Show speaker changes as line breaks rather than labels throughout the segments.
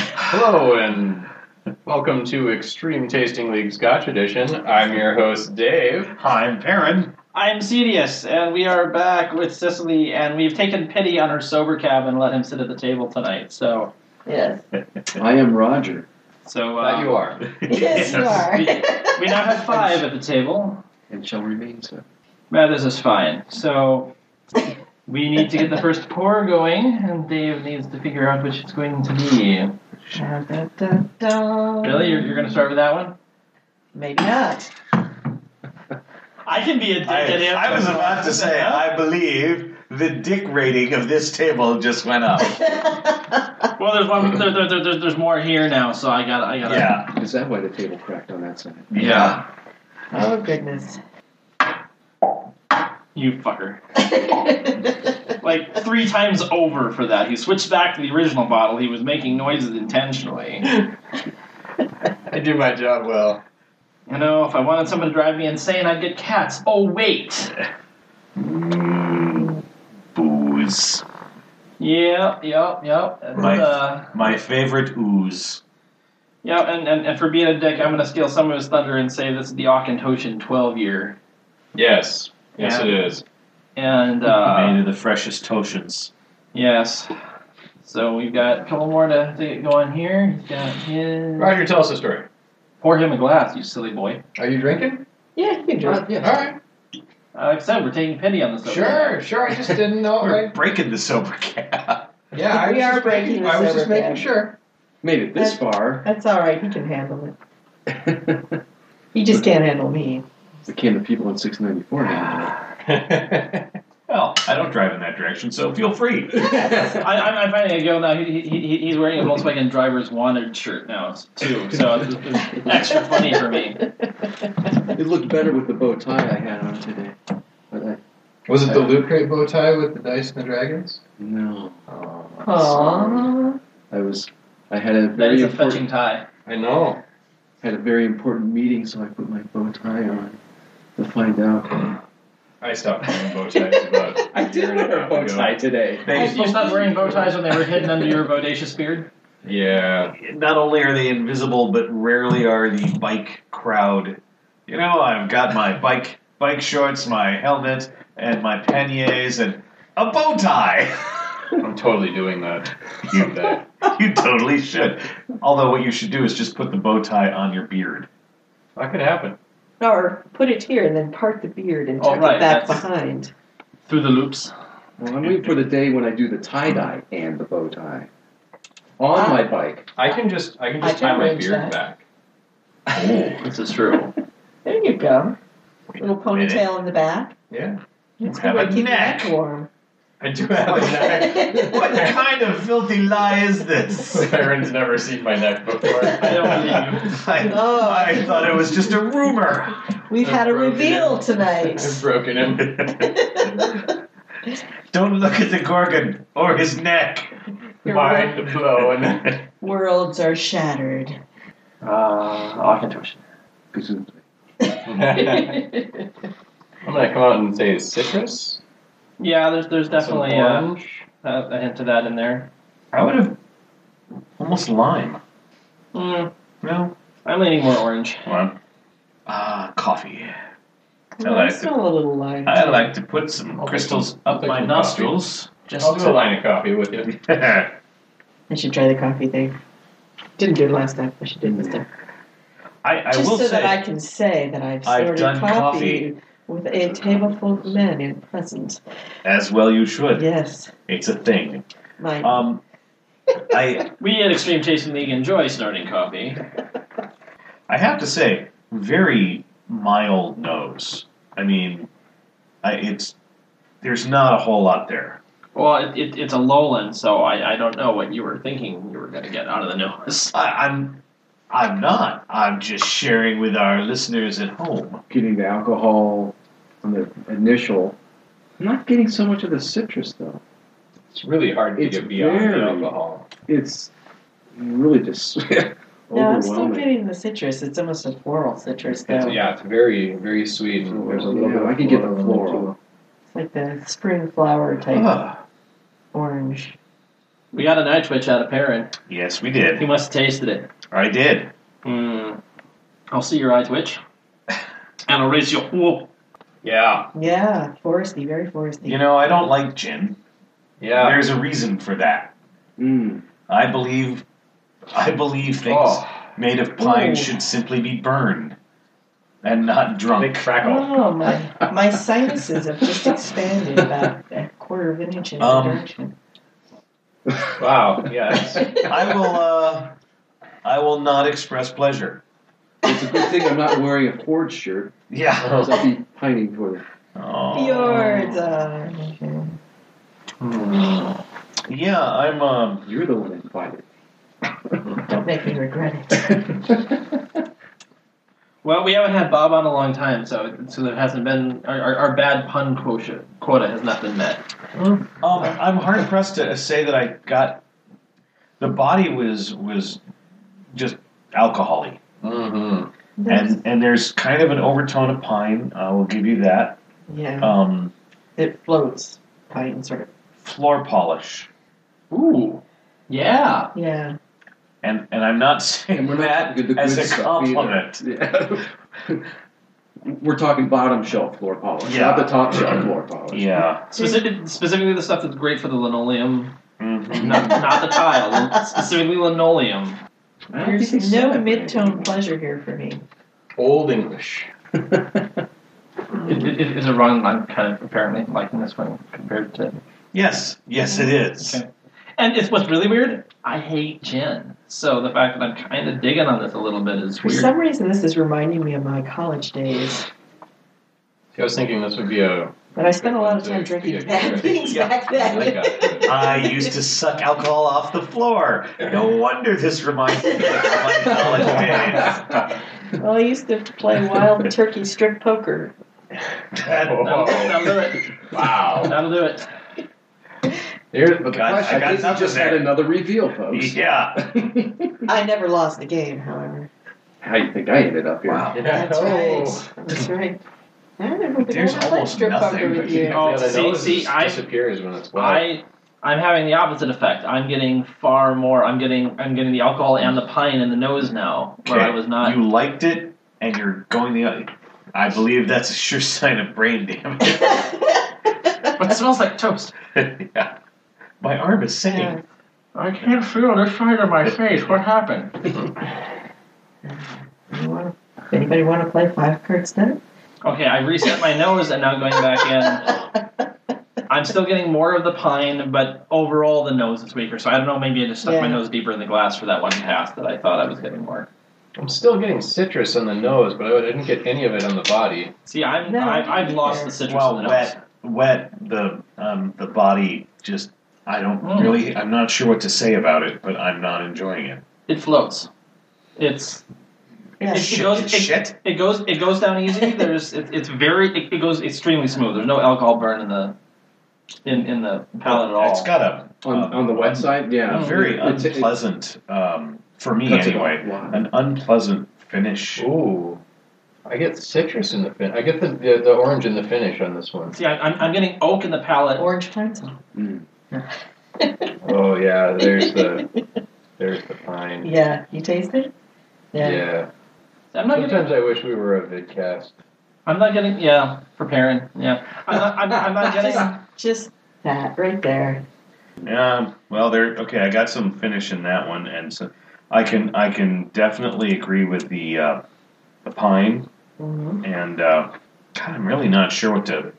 Hello and welcome to Extreme Tasting League Scotch Edition. I'm your host Dave.
Hi, I'm Perrin.
I'm Cedius, and we are back with Cicely, and we've taken pity on her sober cab and let him sit at the table tonight. So,
Yes.
I am Roger.
so
Glad
uh,
you are.
Yes, you are.
we now have five at the table.
And shall remain so.
Mathers is fine. So, we need to get the first pour going, and Dave needs to figure out which it's going to be.
Da-da-da-da.
Really, you're, you're going to start with that one?
Maybe not.
I can be a dick.
I, I was about to say, I believe the dick rating of this table just went up.
Well, there's one. There, there, there, there's- there's more here now, so I got. to I got. to
Yeah.
Is that why the table cracked on that side?
Yeah.
oh goodness.
You fucker. like three times over for that. He switched back to the original bottle. He was making noises intentionally.
I do my job well.
You know, if I wanted someone to drive me insane, I'd get cats. Oh wait.
Mm, Booze.
Yep, yep, yep. And,
Right.
uh,
My favorite ooze.
yep, and, and, and for being a dick, I'm gonna steal some of his thunder and say this is the Auchentoshan 12 year.
Yes. Yes,
Yeah.
it is.
And
Made
uh,
of the freshest Toshins.
yes. So we've got a couple more to, to get going here. He's got his.
Roger, tell us a story.
Pour him a glass, you silly boy.
Are you drinking?
yeah, you do.
Yeah. All right.
Uh, like I said, we're taking pity on this.
Sure. Sure. I just didn't know. I,
We're breaking the sober cap.
yeah. I
We
was
are
just
breaking
making- I was
the
just
sober
making
ban.
sure.
Made it this far.
That's all right. He can handle it.
the
He just can't handle me.
can of people on 694 now.
Well, I don't drive in that direction, so feel free.
I, I'm, I'm finding a girl now. He, he, he, he's wearing a Volkswagen driver's wanted shirt now too, so it's, it's extra funny for me.
It looked better with the bow tie I had on today. But I,
Was it the loot crate bow tie with the dice and the dragons?
no.
Oh,
Aww.
I was, I had a
That
very
is a
important,
fetching tie.
I know.
had a very important meeting, so I put my bow tie on to find out.
I stopped wearing bow ties about. a year and half ago.
today.
They,
You stopped wearing bow ties when they were hidden under your bodacious beard.
Yeah.
not only are they invisible, but rarely are the bike crowd. You know, I've got my bike bike shorts, my helmet, and my panniers, and a bow tie.
I'm totally doing that someday.
you totally should. Although what you should do is just put the bow tie on your beard.
that could happen.
Or put it here and then part the beard and
Oh,
tuck
right,
it back
that's-
behind.
Through the loops.
Well, I'm waiting for the day when I do the tie dye and the bow tie on my bike.
I can just I can
I
just
can
tie my
arrange
beard
that.
back.
This is true.
There you go. Little
Wait a minute.
ponytail in the back.
Yeah.
That's
Have
good way
a
to keep your
neck.
neck warm.
I do have a neck.
What kind of filthy lie is this?
Siren's never seen my neck before.
I don't believe you.
I,
Oh.
I thought it was just a rumor.
We've had a
Appropriate.
reveal tonight.
I've broken him.
Don't look at the gorgon or his neck.
Your
Mind blown.
worlds are shattered.
Uh, Auchentoshan.
Presumably.
I'm gonna come out and say citrus.
Yeah, there's there's
some
definitely uh,
orange.
a, a hint of that in there.
I would have almost lime.
Mm,
No.
I'm leaning more orange.
Well,
Ah, coffee.
Well, I
like
smell a little lime.
I like to put some
I'll
crystals
take some- I'll
up
take
my
some
nostrils. Just
I'll do a
to-
line of coffee with you.
I should try the coffee thing. Didn't do it last time. I should do it this time.
I, I
Just
will
so
say,
that I can say that I've
I've
sorted
done
coffee, with a tableful of men in present.
as well you should.
Yes,
It's a thing.
my
Um, I
We at Extreme Chasing League enjoy snorting coffee.
I have to say, very mild nose. I mean, I, it's there's not a whole lot there.
Well, it, it, it's a lowland, so I, I don't know what you were thinking you were going to get out of the nose.
I, I'm I'm not. I'm just sharing with our listeners at home.
getting the alcohol on the initial. I'm not getting so much of the citrus though.
It's really hard to
It's
get beyond the
very-
alcohol.
It's really just
No, I'm still
overwhelming.
getting the citrus. It's almost a floral citrus, though.
It's, yeah, it's very very sweet and there's a little bit.
Yeah,
Of
I can get the
floral in it,
floral.
Uh-huh. It's like the spring flower type
Ah,
orange.
We got an eye twitch out of Perrin.
Yes, we
He
did.
must have tasted it.
I did.
Hmm. I'll see your eye twitch. And I'll raise your. Whoa.
Yeah,
Yeah, foresty, very foresty.
You know, I don't like gin.
yeah.
There's a reason for that.
Mm.
I believe, I believe things
Oh,
made of pine
Ooh.
should simply be burned, and not
big
drunk.
crackle.
Oh, my, my sinuses have just expanded about a quarter of an inch in
Um,
every direction.
Wow, yes.
I will, uh, I will not express pleasure.
It's a good thing I'm not wearing a Ford shirt
Yeah.
because I'll be pining for it.
Oh.
Fjords. uh,
Mm-hmm.
Yeah, I'm. Um,
You're the one invited.
Don't make me regret it.
Well, we haven't had Bob on a long time, so so there hasn't been our, our, our bad pun quota quota has not been met.
Um, I'm hard pressed to say that I got the body was was just alcoholic,
Mm-hmm.
and uh, and there's kind of an overtone of pine. I will give you that.
yeah,
Um,
it floats. Pine sort of.
floor polish,
Ooh, yeah.
Yeah.
and and I'm not saying
And we're not
that
good- the good
as a
stuff either.
compliment.
Yeah. We're talking bottom shelf floor polish,
Yeah.
not the top shelf floor polish.
Yeah.
Specific, specifically the stuff that's great for the linoleum,
Mhm.
not, not the tile. Specifically linoleum.
I don't
There's
think they
no
sell that
mid tone
anymore.
pleasure here for me.
Old English.
It, it, it is a wrong line, kind of apparently liking this one compared to.
Yes. Yes, it is.
Okay. And it's what's really weird. I hate gin, so the fact that I'm kind of digging on this a little bit is
For
weird.
some reason, this is reminding me of my college days.
See, I was thinking this would be a.
But I spent a lot of time
Yeah,
drinking
yeah, yeah.
bad things
Yeah.
back
I
then.
got it.
I used to suck alcohol off the floor. No wonder this reminds me of my college days.
Well, I used to play wild turkey strip poker.
That-
That'll, that'll do it.
Wow.
That'll do it.
Here's but the
I got-
question.
I got
I think
nothing
you just had
there.
another reveal, folks.
Yeah.
I never lost the game, however.
How you think I ended up here?
Wow.
That's
Oh.
right. That's right. I never think
There's
I ever played
almost
strip
nothing
poker
we
with
can
you.
do.
Oh,
yeah, the
see-
nose
see,
just
I-
disappears when it's wet.
I I'm having the opposite effect. I'm getting far more. I'm getting I'm getting the alcohol and the pine in the nose now, where I
Okay,
was not.
You liked it, and you're going the other. I believe that's a sure sign of brain damage.
But it smells like toast.
yeah. My arm is sagging.
Yeah.
I can't feel the side of my face. What happened?
You wanna- Anybody want to play five cards then?
Okay, I reset my nose and now going back in. I'm still getting more of the pine, but overall the nose is weaker. So I don't know. Maybe I just stuck my
Yeah.
nose deeper in the glass for that one pass that I thought I was getting more.
I'm still getting citrus on the nose, but I didn't get any of it on the body.
See, I'm
No,
I, I've lost the citrus
Well,
in the nose.
wet, wet. The um, the body just. I don't
Mm.
really. I'm not sure what to say about it, but I'm not enjoying it.
It floats. It's
Yeah.
It,
Shit,
it goes.
it's
it,
shit.
it goes. It goes down easy. There's. It, it's very. It, it goes extremely smooth. There's no alcohol burn in the, in in the palate at all. Hmm.
It's got a,
On,
Um,
on the wet
um,
side, yeah.
a very
It's- it-
unpleasant. Um, for
it
me,
cuts it
anyway,
off. Wow.
an unpleasant finish.
Ooh. I get citrus in the fin. I get the, the, the orange in the finish on this one.
See, I, I'm I'm getting oak in the palate.
Orange pine song.
Mm.
Oh yeah, there's the there's the pine.
Yeah, you taste it?
Yeah.
I'm not getting.
Sometimes I wish we were a vidcast.
I'm not getting. Yeah, for Perrin. Yeah, I'm not. I'm, I'm not getting.
just, just that right there.
Yeah, well, there. Okay, I got some finish in that one, and so I can I can definitely agree with the uh, the pine.
Mhm.
And uh, God, I'm really not sure what to.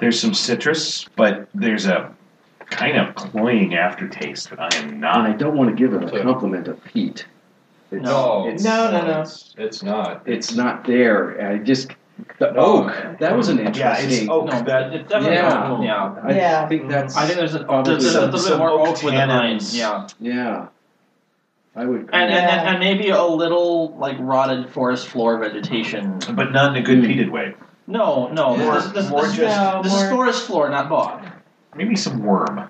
There's some citrus, but there's a kind of cloying aftertaste that I am
I
not.
don't want to give it a compliment of Pete. It's,
No.
it's,
No, no, no.
Oh, It's, it's not.
it's not there. I just the
No.
oak. That was an interesting.
Yeah, it's oak
No,
that.
it, it definitely.
Yeah.
yeah.
I
Yeah.
think that's.
I think there's a,
Probably
there's, there's a
some-
little bit
some
more
oak
oak with the pine.
tannins.
Yeah,
yeah. I would.
and, and
Yeah.
and maybe a little like rotted forest floor vegetation.
But not in a good
Mm.
peated way.
No, no.
More-
this, this,
more
this,
just-
No,
this is
more
forest floor, not bog.
Maybe some worm,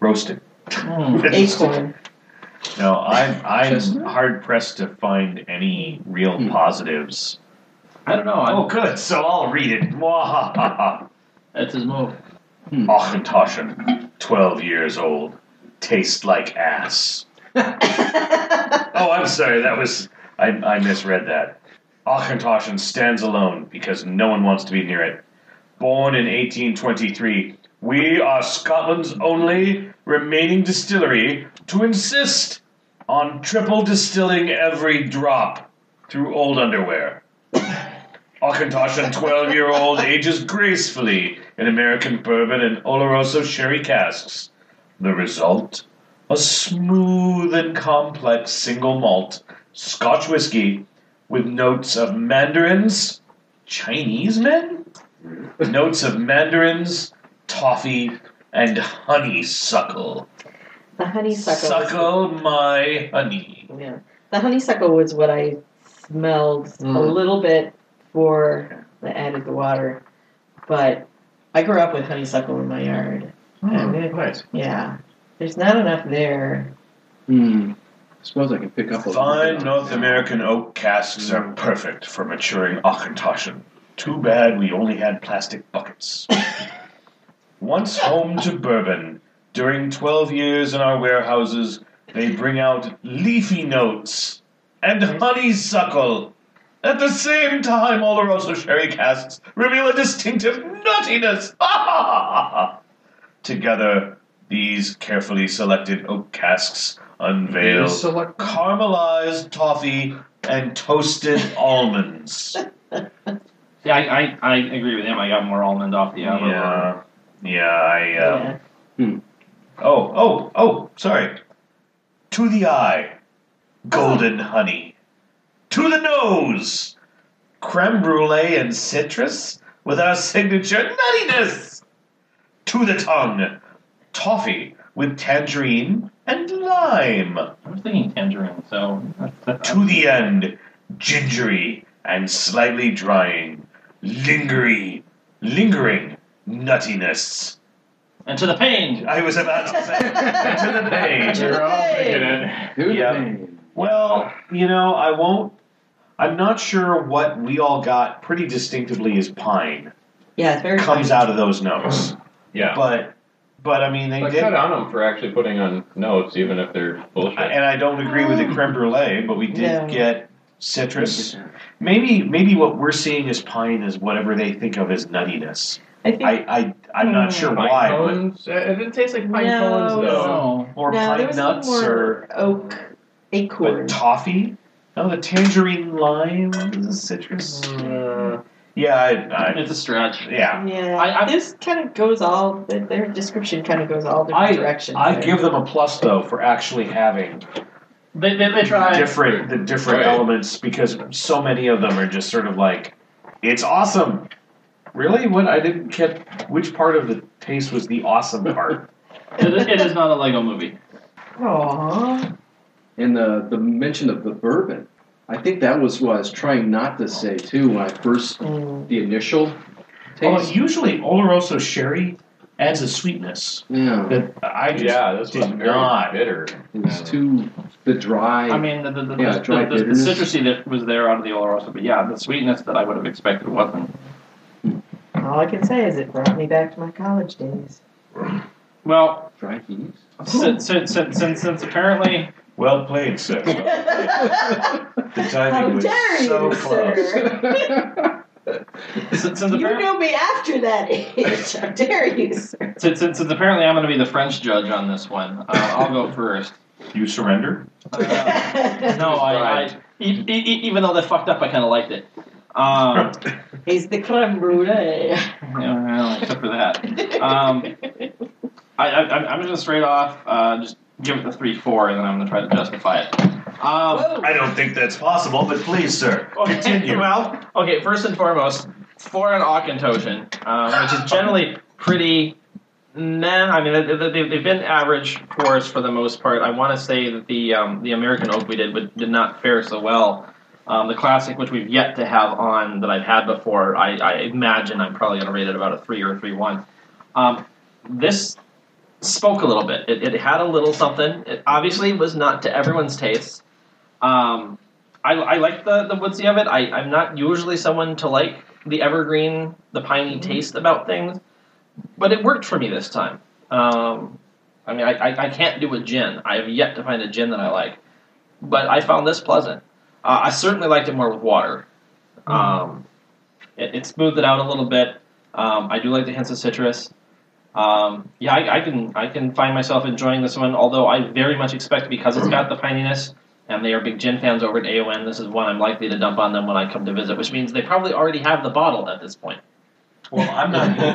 roasted. Hmm.
Mm.
acorn.
No, I'm I'm
Chestnut?
hard pressed to find any real
Hmm.
positives.
I don't know. I'm,
Oh, good. So I'll read it. Mwahaha.
That's his move.
Hmm.
Ochentoshen, 12 years old. taste like ass. Oh, I'm sorry. That was I, I misread that. Auchentoshan stands alone because no one wants to be near it. Born in 1823, we are Scotland's only remaining distillery to insist on triple distilling every drop through old underwear. Auchentoshan 12 year old ages gracefully in American bourbon and Oloroso sherry casks. The result? a smooth and complex single malt Scotch whiskey with notes of mandarins, Chinese men, notes of mandarins, toffee, and honeysuckle.
The honeysuckle.
Suckle my honey.
Was, yeah. The honeysuckle was what I smelled a
Mm.
little bit for the end of the water, but I grew up with honeysuckle in my yard.
Mm.
Hmm.
Oh, nice.
Yeah. There's not enough there.
Hmm. I suppose I can pick up a little
Fine
bit.
North American oak casks are perfect for maturing Auchentoshan. Too bad we only had plastic buckets. Once home to bourbon, during 12 years in our warehouses, they bring out leafy notes and honeysuckle. At the same time, Oloroso sherry casks reveal a distinctive nuttiness. Together, these carefully selected oak casks unveil
Select
caramelized toffee and toasted almonds.
Yeah, I, I, I agree with him. I got more almond off the outer one.
yeah, yeah. I, uh,
Yeah.
Oh, oh, oh. Sorry. To the eye, golden honey. To the nose, creme brulee and citrus with our signature nuttiness. To the tongue, toffee with tangerine and lime.
I was thinking tangerine, so that's, that's,
to the end, gingery and slightly drying, lingering, lingering nuttiness.
and to the pain.
I was about to say to the page.
You're all thinking it.
Dude,
Yeah.
man.
Well, you know, I won't. I'm not sure what we all got pretty distinctively is pine
Yeah, it's very
comes out of those notes,
Yeah.
but but I mean they
Like,
did,
good
and
on them for actually putting on notes, even if they're bullshit.
I don't agree with the creme brulee, but we did
No.
get citrus. Maybe maybe what we're seeing as pine is whatever they think of as nuttiness.
I think
I, I I'm not sure
pine
why, but,
cones? Uh, It didn't taste like pine
No,
cones, though.
So,
or
no, there
pine
was a
nuts
little more
or
oak
but
acorn.
toffee. Oh, the tangerine lime, the citrus.
Mm,
Yeah, I, I,
it's a stretch.
yeah.
yeah,
I- I-
this kind of goes all their- their description kind of goes all different directions.
I
there.
give them a plus though for actually having
They, they, they tried.
different the different
Right.
elements because so many of them are just sort of like, it's awesome. Really, what I didn't get which part of the taste was the awesome part.
It is- it is not a Lego movie.
Aw.
And the, the mention of the bourbon. I think that was what I was trying not to say too when I first
Mm.
the initial
well,
taste.
usually Oloroso sherry adds a sweetness
yeah,
that I just
yeah, this
did
was very
not.
bitter.
it was too the dry.
I mean, the, the, the,
Yeah,
the,
dry
the, the
bitterness.
citrusy that was there out of the Oloroso, but yeah, the sweetness that I would have expected wasn't.
All I can say is it brought me back to my college days.
Well,
dry heat.
since, since, since, since, since apparently
Well played, sir. The timing
How
was
dare
so
you,
close.
sir?
since, since,
You
apparently,
knew me after that age. How dare you, sir?
since, since, since apparently I'm going to be the French judge on this one, uh, I'll go first.
You surrender?
Uh, no, I, I e- e- e- even though they fucked up, I kind of liked it. Um,
He's the creme brulee.
yeah, well, except for that, Um, I, I, I'm- I'm just gonna straight off uh, just give it the three four, and then I'm gonna try to justify it. Um,
Whoa.
I don't think that's possible, but please, sir,
okay,
continue.
well, okay. First and foremost, for an Auchentoshan, um, which is generally pretty. Nah, I mean they, they, they- they've been average for us for the most part. I want to say that the um, the American oak we did would, did not fare so well. Um, the classic, which we've yet to have on that I've had before, I, I imagine I'm probably gonna rate it about a three or a three one. Um, this spoke a little bit. It, it had a little something. It obviously was not to everyone's taste. Um, I, I like the, the woodsy of it. I, I'm not usually someone to like the evergreen, the piney taste about things, but it worked for me this time. Um, I mean, I, I, I can't do a gin. I have yet to find a gin that I like, but I found this pleasant. Uh, I certainly liked it more with water. Um, it, it smoothed it out a little bit. Um, I do like the hints of citrus. Um, yeah, I, I can I can find myself enjoying this one. Although I very much expect because it's got the pininess, and they are big gin fans over at AON. This is one I'm likely to dump on them when I come to visit, which means they probably already have the bottle at this point.
Well, I'm
Um,
not.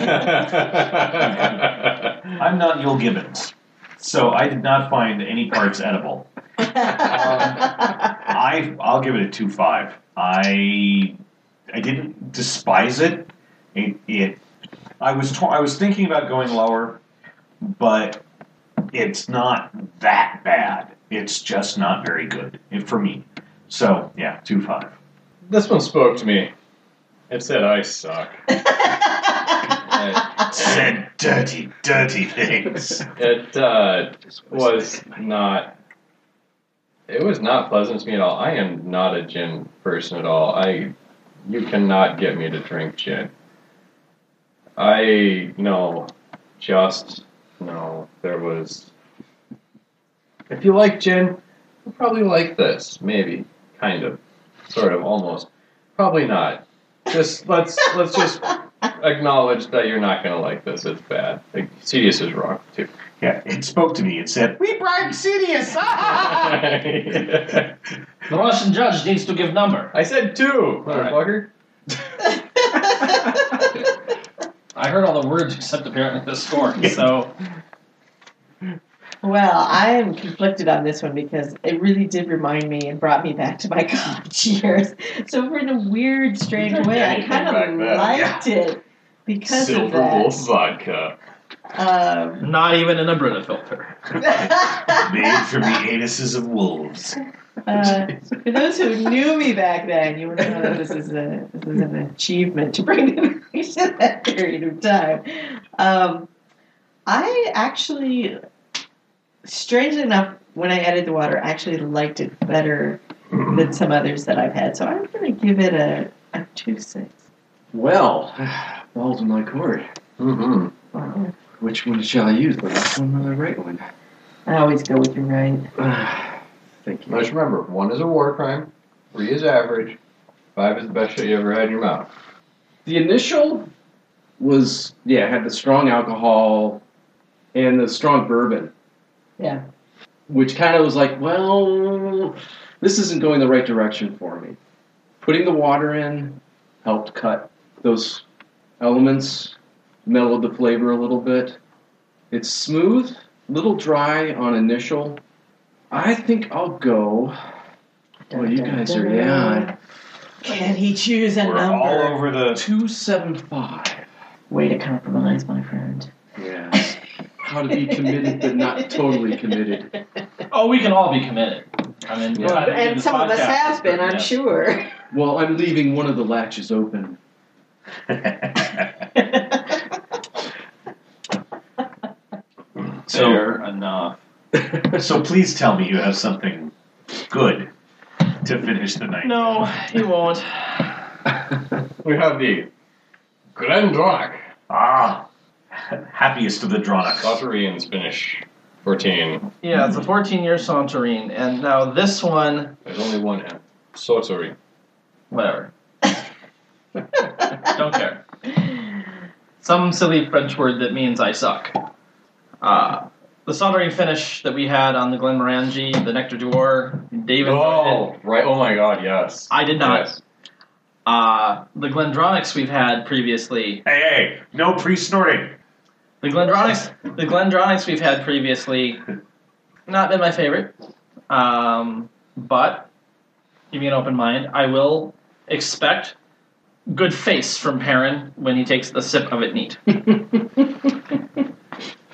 That's
I'm not Yul Gibbons, so I did not find any parts edible. I I'll give it a two five. I I didn't despise it. It, it I was tw- I was thinking about going lower, but it's not that bad. It's just not very good eh, for me. So yeah, two five.
this one spoke to me. It said I suck. It,
Said dirty, dirty things.
it uh, was not. It was not pleasant to me at all. I am not a gin person at all. I, you cannot get me to drink gin. I no, just no. There was. If you like gin, you probably like this. Maybe, kind of, sort of, almost. Probably not. Just let's let's just acknowledge that you're not going to like this. It's bad. Like, Cedius is wrong too.
Yeah, it spoke to me. It said, "We bribed Sidious." Ah!
The Russian judge needs to give number.
I said two,
right.
motherfucker.
I heard all the words except apparently the score. So
well, I am conflicted on this one because it really did remind me and brought me back to my college years. So we're in a weird, strange
drank
way. I
anything
kind
back
of
then,
liked it because of
Silver Wolf
that.
vodka.
Um,
not even in a Brita filter.
Made from the anuses of wolves.
Uh, for those who knew me back then, you would know that this is, a, this is an achievement to bring them to that period of time. Um, I actually, strangely enough, when I added the water, I actually liked it better than some others that I've had. So I'm going to give it a, a 2 6.
Well, balls in my court.
Mm-hmm.
Wow.
Which one shall I use? The left one or the right one?
I always go with your right.
Thank you.
Let's remember, one is a war crime, three is average, five is the best shit you ever had in your mouth.
The initial was yeah had the strong alcohol and the strong bourbon.
Yeah.
Which kind of was like, well, this isn't going the right direction for me. Putting the water in helped cut those elements, mellowed the flavor a little bit. It's smooth, little dry on initial. I think I'll go. Oh, you guys are yeah.
Can he choose a
We're
number?
all over the
Two seven five.
Way to compromise, my friend.
Yes. How to be committed but not totally committed.
Oh, we can all be committed. I mean,
Yeah.
I mean,
and
this
some of us
podcast
have
is-
been, I'm
yeah.
sure.
Well, I'm leaving one of the latches open.
So-
Fair enough.
So please tell me you have something good to finish the night.
No, he won't.
We have the Glendronach.
Ah, happiest of the Dronics.
Sauterian Spanish. 14.
Yeah, it's a 14 year Santorin, and now this one,
There's only one M. Sautery.
whatever. Don't care. Some silly French word that means I suck. Uh, the Santorin finish that we had on the Glenmorangie, the Nectar Duor, David.
Oh, right. Oh my god, yes.
I did not.
Yes.
Uh, the Glendronics we've had previously
Hey, hey, no pre-snorting.
The Glendronics, the Glendronics we've had previously, not been my favorite. Um, but give me an open mind. I will expect good face from Perrin when he takes the sip of it neat.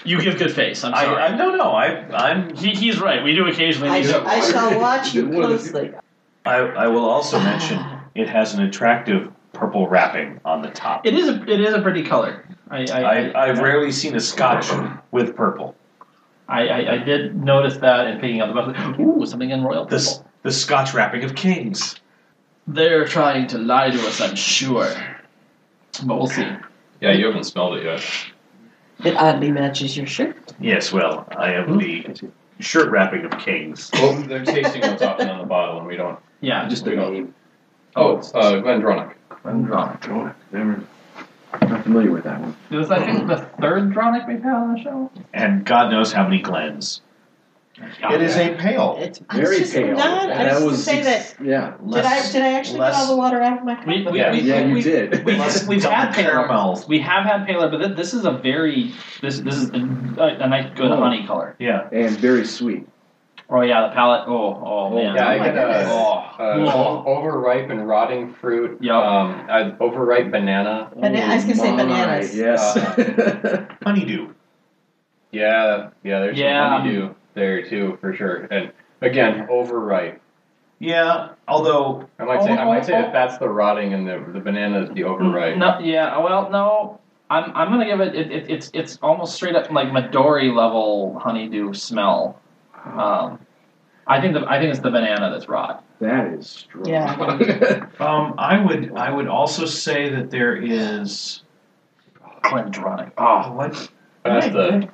you give good face. I'm
I,
sorry.
I no no. I I'm
he, he's right. We do occasionally.
I,
need
sh-
to-
I shall watch you
Good one.
closely.
I, I will also mention it has an attractive purple wrapping on the top.
it is. A, it is a pretty color. I I,
I, I've rarely seen a Scotch with purple.
I, I, I did notice that in picking up the bottle. Ooh, something in royal purple.
The s- the Scotch wrapping of kings.
They're trying to lie to us, I'm sure. But we'll see.
Yeah, you haven't smelled it yet.
that oddly matches your shirt.
Yes, well, I am the
see.
shirt wrapping of kings.
Well, they're tasting what's often on the bottle, and we don't.
Yeah,
Just a name.
Oh, it's uh, Glendronic.
Glendronic.
Dronic. Never. Not familiar with that one.
This is, I think, the third Dronic we've had on the show.
And God knows how many glens. It is a pail.
It's I was
Very
just
pale.
Not,
And
I was,
that
just gonna say that.
ex- Yeah.
Did I,
Less,
did I actually get
less-
all the water out of my cup?
We, we,
Yeah.
we,
Yeah, you
we,
did.
we-
less
we've
double
had paler.
caramels.
We have had paler, but thi- this is a very this this is a, a nice good
Oh.
honey color.
Yeah.
And very sweet.
Oh yeah, the palette. Oh oh man.
Yeah, I
Oh my
get a,
goodness.
uh,
Oh.
overripe and rotting fruit.
Yep.
Um, uh, overripe banana.
Bana- I was gonna say
Oh, my,
bananas.
Yes.
Honeydew.
Yeah, yeah. There's
Yeah.
some honeydew there too, for sure. And again, overripe.
Yeah, although
I might say, I might say
Oh, oh,
that that's the rotting, and the the banana is the overripe.
No, yeah. Well, no. I'm, I'm gonna give it, it, it. It's it's almost straight up like Midori level honeydew smell. Um, I think the I think it's the banana that's rot.
that is strong.
Yeah.
um, I would I would also say that there is
Glendronic.
oh what
That's the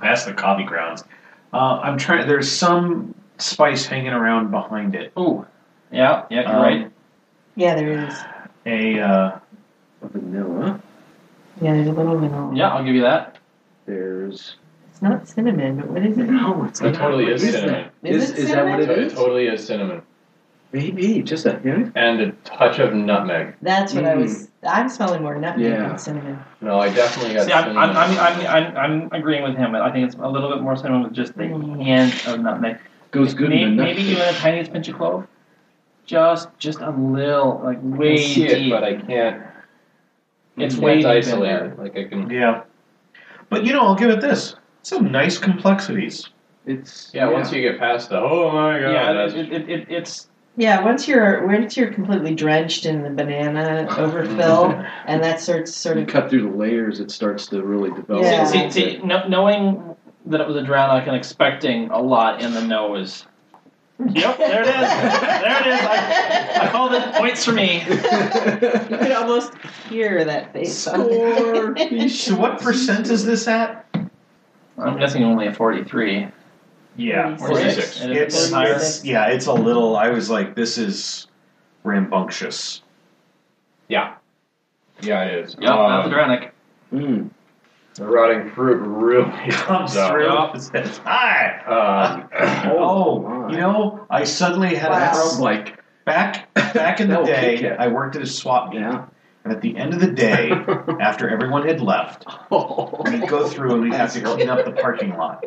past the coffee grounds. Uh, I'm trying. There's some spice hanging around behind it.
Ooh. Yeah. Yeah. You're
Um,
right.
yeah, there is.
A uh,
Vanilla.
Yeah, there's a little vanilla.
Yeah. I'll give you that.
There's.
It's not cinnamon, but what is it?
No, it's
that totally
What
is
is
cinnamon.
That? Is,
Is it
is that what
It
it
cinnamon?
is?
totally is cinnamon
Maybe just a hint.
and a touch of nutmeg.
That's what I was. I'm smelling more nutmeg
Yeah.
than cinnamon.
No, I definitely got
See, I'm,
cinnamon.
I'm, I'm, I'm, I'm, I'm agreeing with him. I think it's a little bit more cinnamon with just the
Mm.
hint of nutmeg.
Goes good
maybe,
in the
maybe even a tiniest pinch of clove. Just, just a little, like
I can
way
see it,
deep.
but I can't.
it's
I can't
way deep in
isolate
there.
it. Like I can.
yeah, but you know I'll give it this. Some nice complexities.
It's
Yeah, once you get past the oh my god,
Yeah,
that's
it, it, it, it's
Yeah, once you're once you're completely drenched in the banana overfill, and that sort sort
you
of
cut through the layers, it starts to really develop.
Yeah.
see, see, see no, knowing that it was a drownic and expecting a lot in the no is. Yep, there it is. there it is. I, I called it points for me.
you could almost hear that face. on
Score.
So what percent is this at?
I'm guessing only a 43.
Yeah,
Forty-six.
And if
It's,
it's higher-
it's yeah, it's a little. I was like, this is rambunctious.
yeah, it is.
Yep, that's a
Um,
Uh, drownic.
Mm.
the rotting fruit really
Comes
comes out.
through.
Yeah.
It says, Hi.
Um,
Oh,
my.
you know, I suddenly had
Wow.
a
That's
problem.
like
Back back in the
That will kick
day,
you.
I worked at a swap meet,
yeah.
and at the end of the day,
Mm.
after everyone had left, we'd go through and we'd have to clean up the parking lot.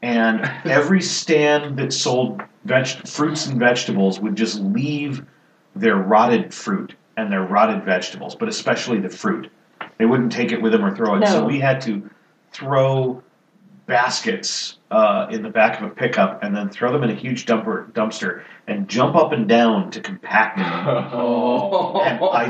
And every stand that sold veg- fruits and vegetables would just leave their rotted fruit and their rotted vegetables, but especially the fruit. They wouldn't take it with them or throw it. So
No.
we had to throw baskets uh, in the back of a pickup and then throw them in a huge dumper, dumpster and jump up and down to compact them.
oh.
And I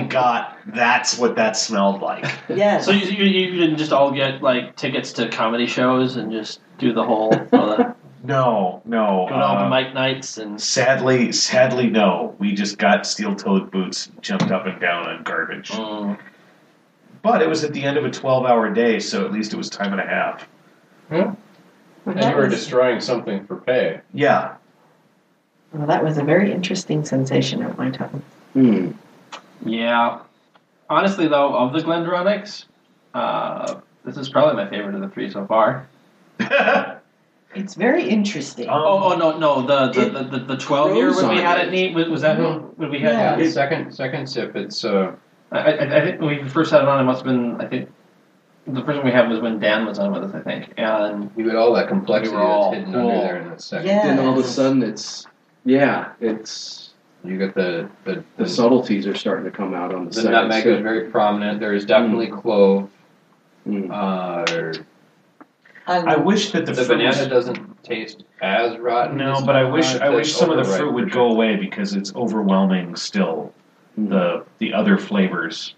got that's what that smelled like.
it. Yes.
So you, you, you didn't just all get like tickets to comedy shows and just do the whole go to
No, no.
all the
uh,
mic nights and
Sadly, sadly, no. We just got steel-toed boots, and jumped up and down on garbage.
Mm.
But it was at the end of a twelve-hour day, so at least it was time and a half.
Well,
and you
that,
were
was,
destroying something for pay.
Yeah,
well, that was a very interesting sensation at my tongue.
Hmm.
yeah. Honestly, though, of the Glendronics, uh, this is probably my favorite of the three so far.
Um,
It's very interesting.
Oh, oh no, no, the the, the, the, the twelve year when we
Rose
had
on
it, Nate, was, was that
Mhm.
when we had?
Yeah.
The second second sip, it's uh,
I, I, I think when we first had it on, it must have been. I think the first one we had was when Dan was on with us, I think, and
you get all that complexity
We were all
that's hidden
cool.
under there in that second.
Yeah.
Then all of a sudden, it's yeah, it's
You get the the
the
the,
subtleties are starting to come out on the,
the
second
nutmeg is
sip.
very prominent. There is definitely clove.
Mm.
Uh,
I wish that the,
the
fruit
banana
was-
doesn't taste as rotten.
no, but I wish I
It's
wish some of the
Uh, overripe
fruit
for
would
sure.
go away because it's overwhelming. Still,
Mm.
the the other flavors.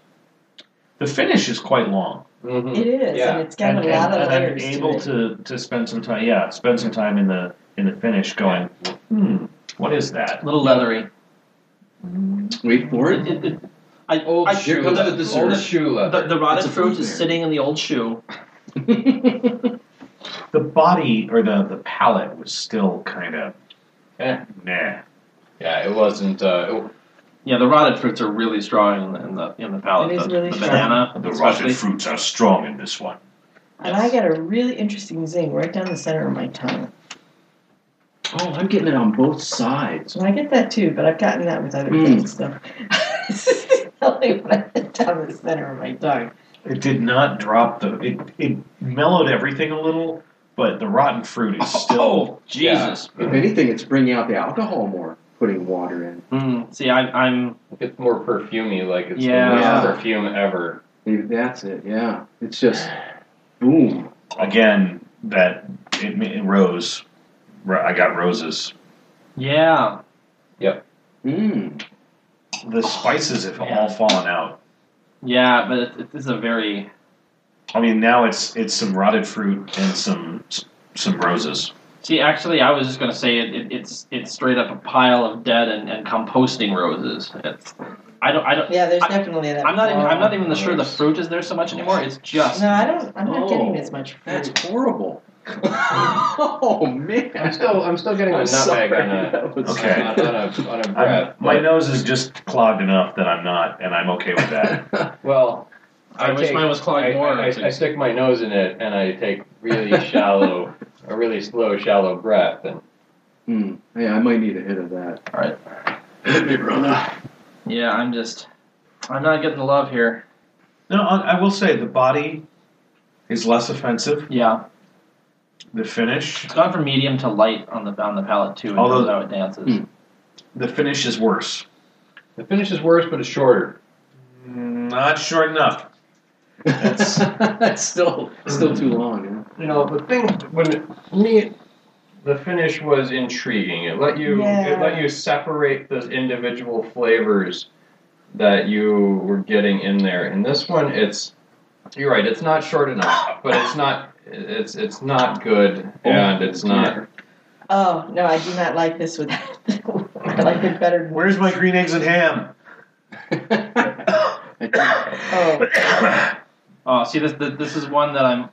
The finish is quite long.
Mhm.
It is,
Yeah.
and it's got
and,
a lot
and-
of
and I'm
layers
able
to it.
to, to spend some time. Yeah, spend some time in the in the finish, going, hmm, what is that?
a little leathery.
Mm.
Wait for
It, it,
it.
it, I,
Old
I,
shoe. Here comes the dessert.
old
Old
shoe.
shoe
The,
leather.
the rotted
It's a
fruit
fruit
is
there.
sitting in the old shoe.
The body or the the palate was still kind of
Eh.
nah.
Yeah, it wasn't. Uh,
Yeah, the rotted fruits are really strong in the in the, in the palate.
It is
the,
really
the
strong.
banana,
The
especially.
rotted fruits are strong in this one.
And I got a really interesting zing right down the center of my tongue.
oh, I'm getting it on both sides.
So I get that too, but I've gotten that with other
Mm.
things. So this is the only one down the center of my tongue.
It did not drop the. It it mellowed everything a little, but the rotten fruit is still.
oh, Jesus.
Uh-huh.
If anything, it's bringing out the alcohol more, putting water in.
Mm, see, I, I'm
it's more perfumey, like it's
Yeah.
the worst
Yeah.
perfume ever.
Maybe that's it. Yeah, it's just boom.
Again, that it, ma- it rose. Ro- I got roses.
yeah.
Mm.
The spices have
Yeah.
all fallen out.
Yeah, but it, it is a very
I mean, now it's it's some rotted fruit and some some roses.
See, actually, I was just going to say it, it, it's it's straight up a pile of dead and, and composting roses. It's I don't I don't
Yeah, there's
I-
definitely that.
I'm not even I'm not even
the
sure the fruit is there so much anymore. It's just
No, I don't. I'm not
Oh.
getting as much
That's
fruit.
horrible. oh man,
I'm still, I'm still getting a
I'm
nutmeg
sorry.
on a,
That was-
Okay.
on, on a on a
I'm-
breath.
my
but-
nose is just clogged enough that I'm not, and I'm okay with that.
well,
I, wish
take-
mine was clogged
I,
more.
I, I, I stick my nose in it and I take really shallow, a really slow, shallow breath. And
Hmm. Yeah, I might need a hit of that.
All right.
Hit me, brother.
Yeah, I'm just I'm not getting the love here.
no, I, I will say the body is less offensive.
Yeah,
The finish,
it's gone from medium to light on the on the palate too. And
Although- Hmm.
Although how it dances.
Mm.
the finish is worse.
the finish is worse, but it's shorter.
Not short enough.
That's, that's still still too long. Yeah.
You know, the thing when it, me, the finish was intriguing. It let you, it
Yeah.
let you separate those individual flavors that you were getting in there. And this one, it's, you're right, it's not short enough, but it's not, it's it's not good, and it's not.
Oh no, I do not like this without. I like it better.
Where's my green eggs and ham?
Oh,
Oh, see this, this this is one that I'm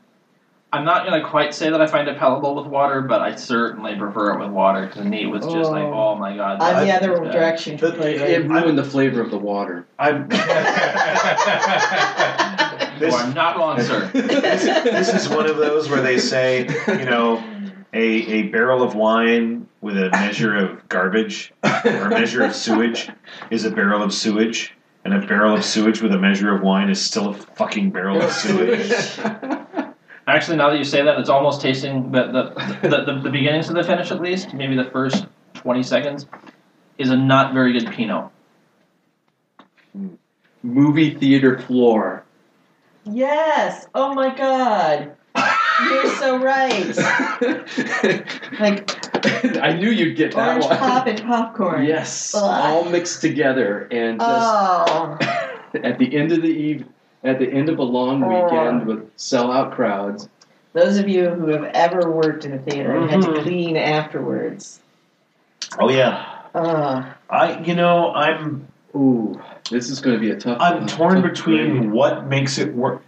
I'm not going to quite say that I find it palatable with water, but I certainly prefer it with water because neat was just like
Oh.
oh my god.
I'm the
that's-
other
that's bad.
direction.
The-
it ruined the flavor of the water.
I'm.
You
this,
are not wrong, sir.
this is one of those where they say, you know, a, a barrel of wine with a measure of garbage or a measure of sewage is a barrel of sewage, and a barrel of sewage with a measure of wine is still a fucking barrel of sewage.
Actually, now that you say that, it's almost tasting the the, the, the, the beginnings to the finish, at least maybe the first twenty seconds, is a not very good Pinot.
Movie theater floor.
yes. Oh my God. You're so right. Like
I knew you'd get that
orange
one.
pop and popcorn.
Yes,
Ugh.
all mixed together, and just
Oh.
at the end of the eve, at the end of a long
Oh.
weekend with sellout crowds.
Those of you who have ever worked in a theater and had
Mm-hmm.
to
Mhm.
clean afterwards.
Oh yeah,
Uh,
I you know I'm
Ooh, this is going to be a tough.
I'm
a
torn
tough
between what makes it work.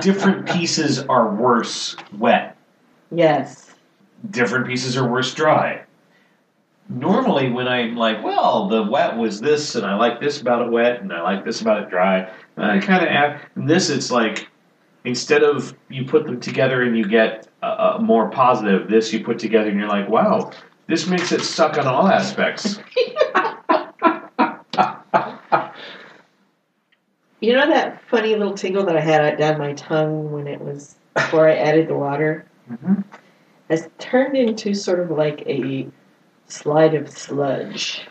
Different pieces are worse wet.
yes.
different pieces are worse dry. Normally, when I'm like, well, the wet was this, and I like this about it wet, and I like this about it dry, and I kind of add this. It's like instead of you put them together and you get a, a more positive, this you put together and you're like, wow, this makes it suck on all aspects.
You know that funny little tingle that I had down my tongue when it was before I added the water
Mhm.
has turned into sort of like a slide of sludge.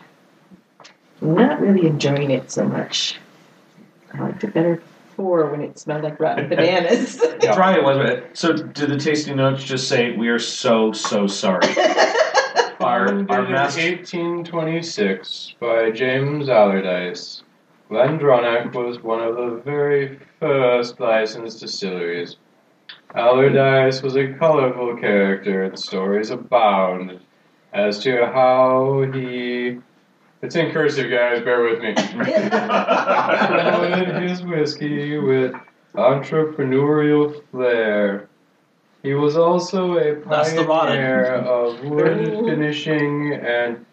I'm not really enjoying it so much. I liked it better before when it smelled like rotten bananas.
Dry it was wet. So, do the tasting notes just say we are so so sorry? Our-
Founded
our
in
master-
1826 by James Allardyce, Glendronach was one of the very first licensed distilleries. Allardyce was a colorful character, and stories abound as to how he It's in cursive, guys. Bear with me. Alan and his whiskey with entrepreneurial flair. He was also a
That's the bottom.
pioneer of wood finishing and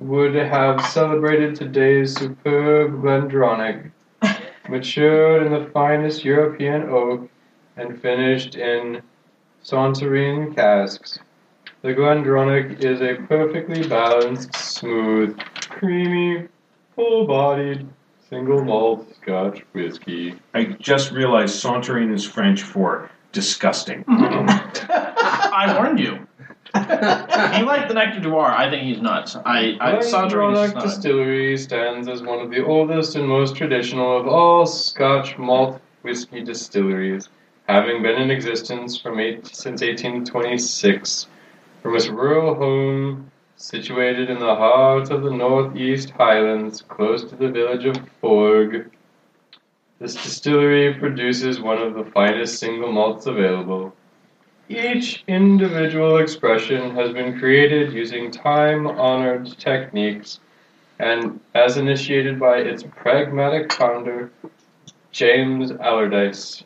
would have celebrated today's superb Glendronic, matured in the finest European oak and finished in Santorin casks. The Glendronic is a perfectly balanced, smooth, creamy, full-bodied, single malt Scotch whiskey.
I just realized sauntering is French for disgusting.
I warned you. You like the Nectar Duar. I think he's nuts. I, I Sandra is
Glendronach
nuts.
Distillery stands as one of the oldest and most traditional of all Scotch malt whiskey distilleries, having been in existence from eight, since 1826. From its rural home, situated in the heart of the northeast highlands, close to the village of Forg, this distillery produces one of the finest single malts available. Each individual expression has been created using time honored techniques and as initiated by its pragmatic founder, James Allardyce.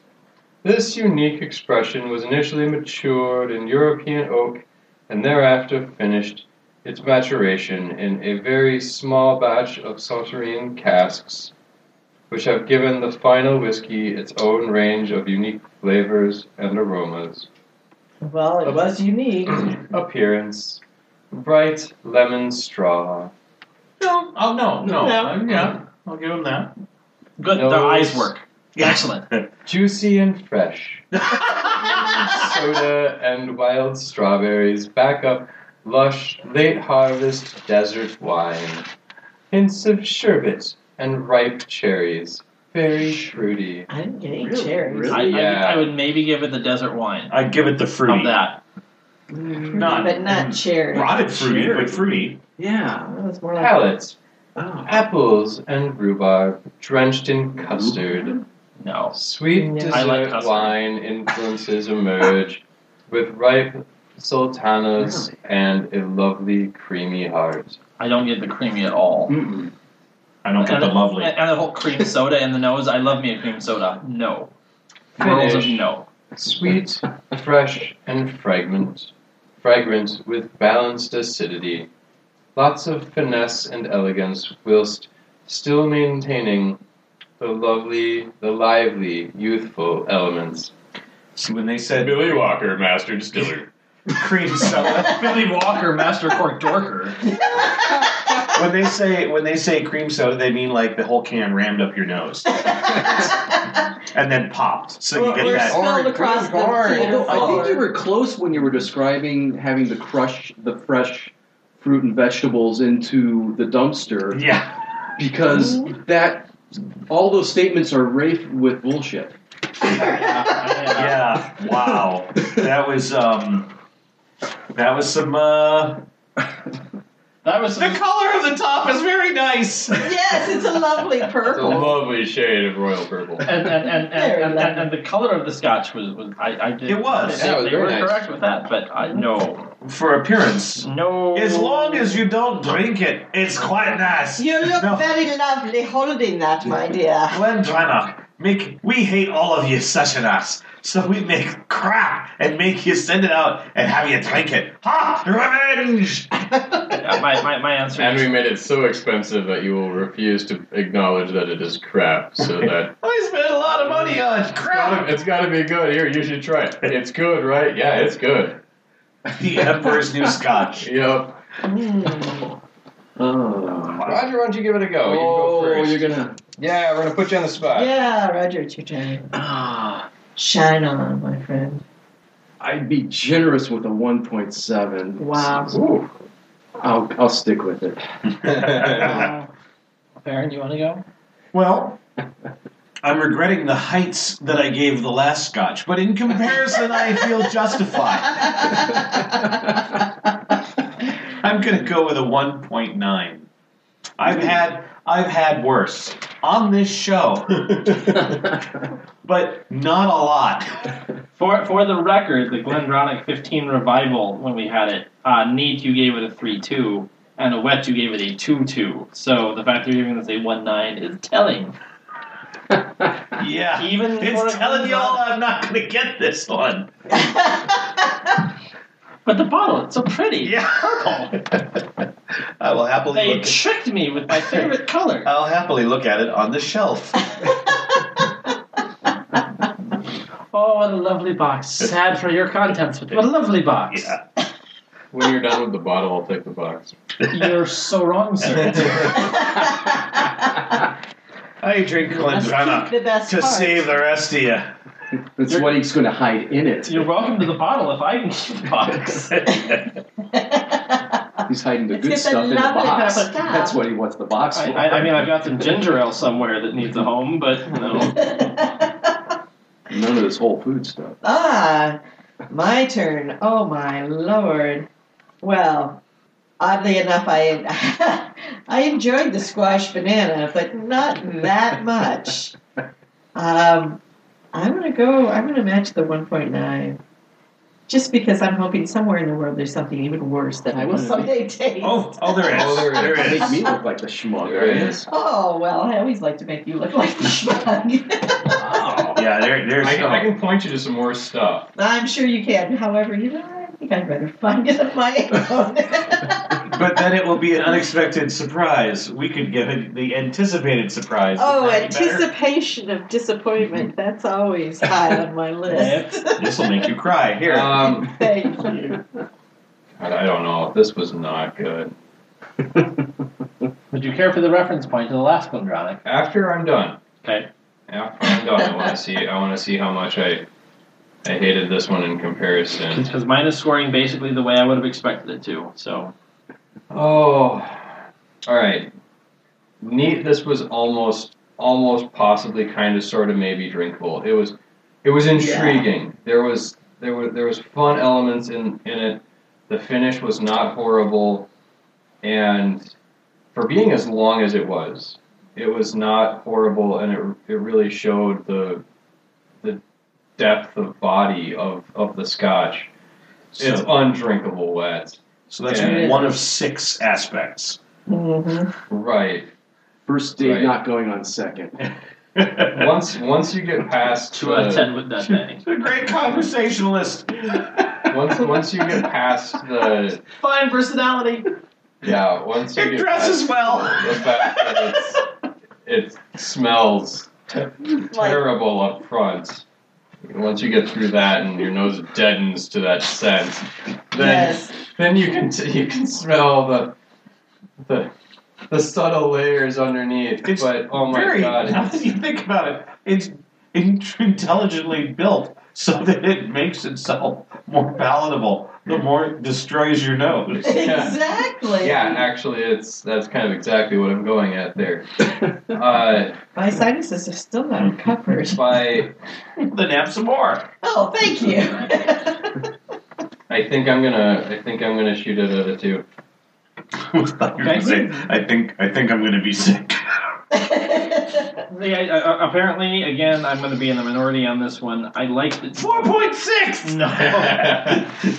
This unique expression was initially matured in European oak and thereafter finished its maturation in a very small batch of Sauterine casks, which have given the final whiskey its own range of unique flavors and aromas
Well, it was unique.
appearance bright lemon straw
No, oh no, no,
No.
Uh, yeah, I'll give him that.
Good.
No.
Their eyes work. Excellent.
juicy and fresh soda and wild strawberries back up lush late harvest desert wine hints of sherbet and ripe cherries very fruity
I didn't get any
Really?
cherries.
Really?
I,
Yeah.
I, I would maybe give it the desert wine
I give it the fruity,
of that.
Not-
Mm-hmm.
Mm.
but not cherries.
rotted fruity,
Sure.
but fruity.
Yeah.
That was more like
palates
Oh.
apples and rhubarb drenched in custard
No.
Sweet
Yeah.
I like
dessert
custard.
wine influences emerge with ripe sultanas and a lovely creamy heart.
I don't get the creamy at all.
Mm-mm.
I don't get
And
Uh,
the lovely.
And, and the whole cream soda in the nose. I love me a cream soda. No. Girls of
Finish
no.
sweet, fresh, and fragrant, fragrant with balanced acidity. Lots of finesse and elegance, whilst still maintaining the lovely, the lively, youthful elements.
See, when they said
Billy Walker, master distiller.
cream soda,
Billy Walker, Master Cork Dorker.
when they say when they say cream soda, they mean like the whole can rammed up your nose and then popped, so you
Well,
get
we're
that.
Spelled
Orange,
across
good
the
orange.
theater
Although I think
floor.
you were close when you were describing having to crush the fresh fruit and vegetables into the dumpster
Yeah,
because
Mm-hmm.
that all those statements are rife with bullshit.
yeah. Wow, that was um, that was some uh.
Oh.
That was
The color of the top is very nice.
Yes, it's a lovely
It's a
purple.
lovely shade of royal purple.
and and and,
Very
and, and,
lovely.
and, and the color of the scotch was, was I, I did
It was.
they,
Yeah, it was
they
very
were
nice.
correct with that but I no
For appearance,
no
as long as you don't drink it, it's quite nice.
You look
No.
very lovely holding that, my dear.
Glenn Dranach, make we hate all of you such an ass. So we make crap and make you send it out and have you drink it. Ha! Revenge!
Yeah, my, my, my answer
And we
is
made it so expensive that you will refuse to acknowledge that it is crap. So that
I spent a lot of money on crap.
it's got to be good. Here, you should try it. It's good, right? Yeah, it's good.
the Emperor's New Scotch.
Yep.
Mm.
Oh,
Roger, why don't you give it a go? Oh, you go 1st
are Oh, gonna.
Yeah, we're gonna put you on the spot.
Yeah, Roger, it's your turn.
Ah,
Shine on, my friend.
I'd be generous with a 1.7.
Wow.
Ooh.
I'll, I'll stick with it.
Wow.
Baron you want to go
well, I'm regretting the heights that I gave the last Scotch, but in comparison, I feel justified. I'm gonna go with a 1.9. I've had I've had worse on this show, but not a lot.
for for the record the Glendronic 15 revival when we had it uh, Neat you gave it a 3-2 and a wet you gave it a two two. So the fact that you're giving this a one nine is telling.
Yeah.
Even for a
It's telling y'all I'm not going to get this one.
But the bottle, it's so pretty.
Yeah.
Purple.
I will happily
They
look.
tricked me with my favorite color.
I'll happily look at it on the shelf.
Oh, what a lovely box. Sad for your contents, but what a lovely box.
Yeah.
When you're done with the bottle, I'll take the box.
You're so wrong, sir.
I drink
Let's
Glendrona
keep the best
to
part.
save the rest of you.
That's what he's going to hide in it.
You're welcome to the bottle if I can keep the box.
He's hiding the
Let's
good
get the
stuff in the
lovely
box.
stuff.
That's what he wants the box
I,
for.
I, I mean, I've got some ginger ale somewhere that needs a home, but no.
None of this Whole Food stuff.
ah, my turn. Oh my lord. Well, oddly enough, I I enjoyed the squash banana, but not that much. Um, I'm gonna go. I'm gonna match the 1.9. Just because I'm hoping somewhere in the world there's something even worse that I will someday taste.
Oh, oh, there is.
Oh, there
there
is.
is.
Make me look like the schmuck.
There it is.
Oh, well, I always like to make you look like the schmuck.
Wow.
Yeah, there, there's.
I, can- I can point you to some more stuff.
I'm sure you can. However, you know, I think I'd rather find it on my own.
But then it will be an unexpected surprise. We could get it the anticipated surprise.
oh,
That'd be better.
anticipation of disappointment. That's always high on my list.
This will make you cry. Here.
Um,
Thank you.
God, I don't know. This was not good.
Would you care for the reference point to the last one, Dronic?
After I'm done.
Okay.
After I'm done, I want to see. I want to see how much I, I hated this one in comparison.
Because mine is scoring basically the way I would have expected it to. So
Oh, all right. Neat. This was almost, almost, possibly, kind of, sort of, maybe drinkable. It was, it was intriguing. There was, there were, there was fun elements in in it. The finish was not horrible, and for being as long as it was, it was not horrible, and it it really showed the the depth of body of of the scotch. It's
so,
undrinkable wet.
so that's
Yeah.
one of six aspects.
Mhm.
Right.
First date
Right.
not going on second.
What?
once once you get past
two out of
the,
ten with that thing.
a great conversationalist.
once once you get past the
Fine personality.
yeah once you
It
get
dresses
past
well.
the fact that it's, it smells te- terrible up front. Once you get through that and your nose deadens to that scent, then
yes.
then you can t- you can smell the the the subtle layers underneath.
It's
but oh my
Very,
god,
now that
it's,
you think about it, it's int- intelligently built so that it makes itself more palatable the more it destroys your nose.
Yeah.
Exactly.
yeah, actually, it's that's kind of exactly what I'm going at there. Uh,
My sinuses are still not
Mm-hmm.
recovered.
by
then have some more.
Oh, thank you.
I think I'm gonna. I think I'm gonna shoot it at a two.
I thought you were gonna say, I think I think I'm gonna be sick.
Yeah, uh, uh, apparently, again, I'm going to be in the minority on this one. I liked it.
Four point six.
No.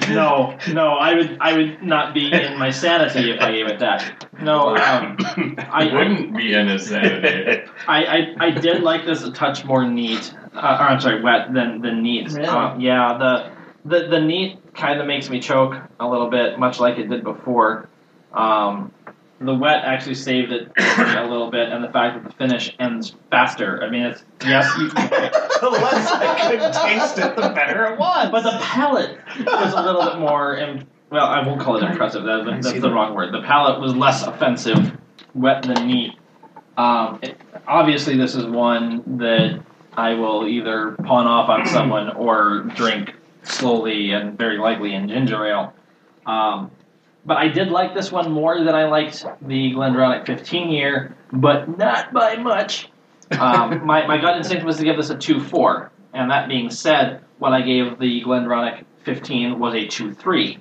No, no, I would, I would not be in my sanity if I gave it that. No, um, I-
wouldn't be in a Saturday.
I, I, I did like this a touch more neat. Uh, or I'm sorry, wet than than neat.
Really?
Uh, yeah, the the the neat kind of makes me choke a little bit, much like it did before. Um, the wet actually saved it a little bit, and the fact that the finish ends faster. I mean, it's yes, you,
the less I could taste it, the better it was.
but the palette was a little bit more. Im- well, I won't call it impressive. That,
I
that's
see
the
that.
wrong word. The palette was less offensive, wet than neat. Um, it- obviously, this is one that I will either pawn off on someone or drink slowly and very likely in ginger ale. Um, but I did like this one more than I liked the Glendronic 15 year, but not by much. Um, my, my gut instinct was to give this a 2 4. And that being said, what I gave the Glendronic 15 was a 2 3.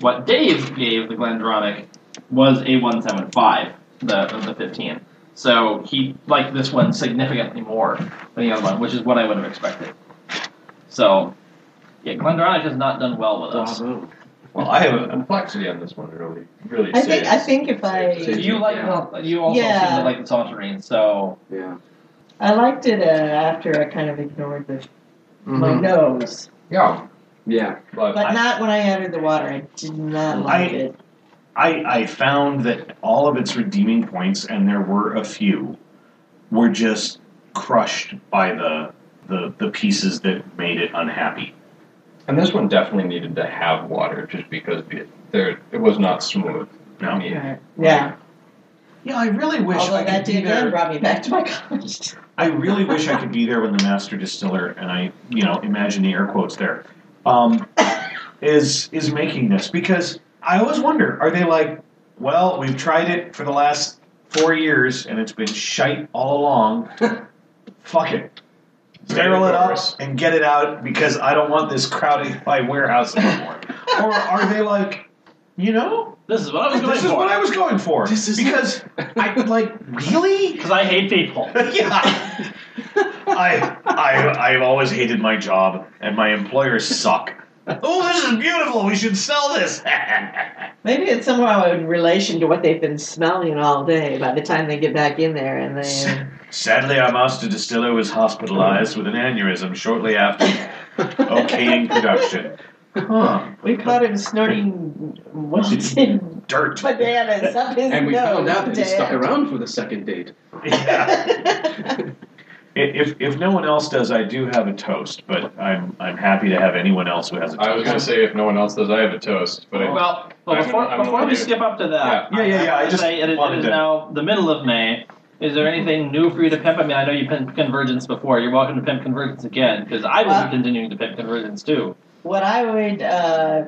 What Dave gave the Glendronic was a 175, the, the 15. So he liked this one significantly more than the other one, which is what I would have expected. So, yeah, Glendronic has not done well with us.
Bravo.
Well, I have a complexity on this one. Really, really.
I think I
serious.
think if I
Serious.
You like
Yeah.
the, you also
Yeah.
seem to like the Salterine, so
Yeah.
I liked it uh, after I kind of ignored the, my
Mm-hmm.
Mhm.
nose,
Yeah,
Yeah.
but,
but not when I added the water. I did not like
I-
it.
I, I found that all of its redeeming points, and there were a few, were just crushed by the the, the pieces that made it unhappy.
and this one definitely needed to have water just because it, there it was not smooth. I
No.
mean,
Right. Yeah,
Yeah, I really wish I
although
could
that
be
did again
there.
brought me back to my college.
I really wish I could be there when the master distiller and I, you know, imagine the air quotes there, um, is is making this because I always wonder: Are they like, well, we've tried it for the last four years and it's been shite all along. Fuck it. Barrel it up
course.
and get it out because I don't want this crowded by warehouse anymore. or are they like, you know,
this is what I was going
this is what
for
I was going for?
This is-
because I like really.
because I, hate people.
yeah. I, I I've always hated my job and my employers suck. Oh, this is beautiful. We should sell this.
Maybe it's somehow in relation to what they've been smelling all day. By the time they get back in there, and they
Sadly, our master distiller was hospitalized with an aneurysm shortly after okaying production. Huh.
we caught him snorting what's it in
Dirt.
bananas up his
And we
nose
found out that he
today.
stuck around for the second date.
Yeah. If if no one else does, I do have a toast, but I'm I'm happy to have anyone else who has a toast.
I was gonna say if no one else does, I have a toast. But I,
Well, well
I'm
before,
gonna- I'm gonna
before we
do-
skip up to that,
Yeah. Yeah, yeah, yeah, I
would
just
say it is, it
wanted
is
to-
now the middle of May. Is there anything new for you to pimp? I mean, I know you pimped Convergence before. You're welcome to pimp Convergence again because I will
Uh,
be continuing to pimp Convergence too.
what I would uh,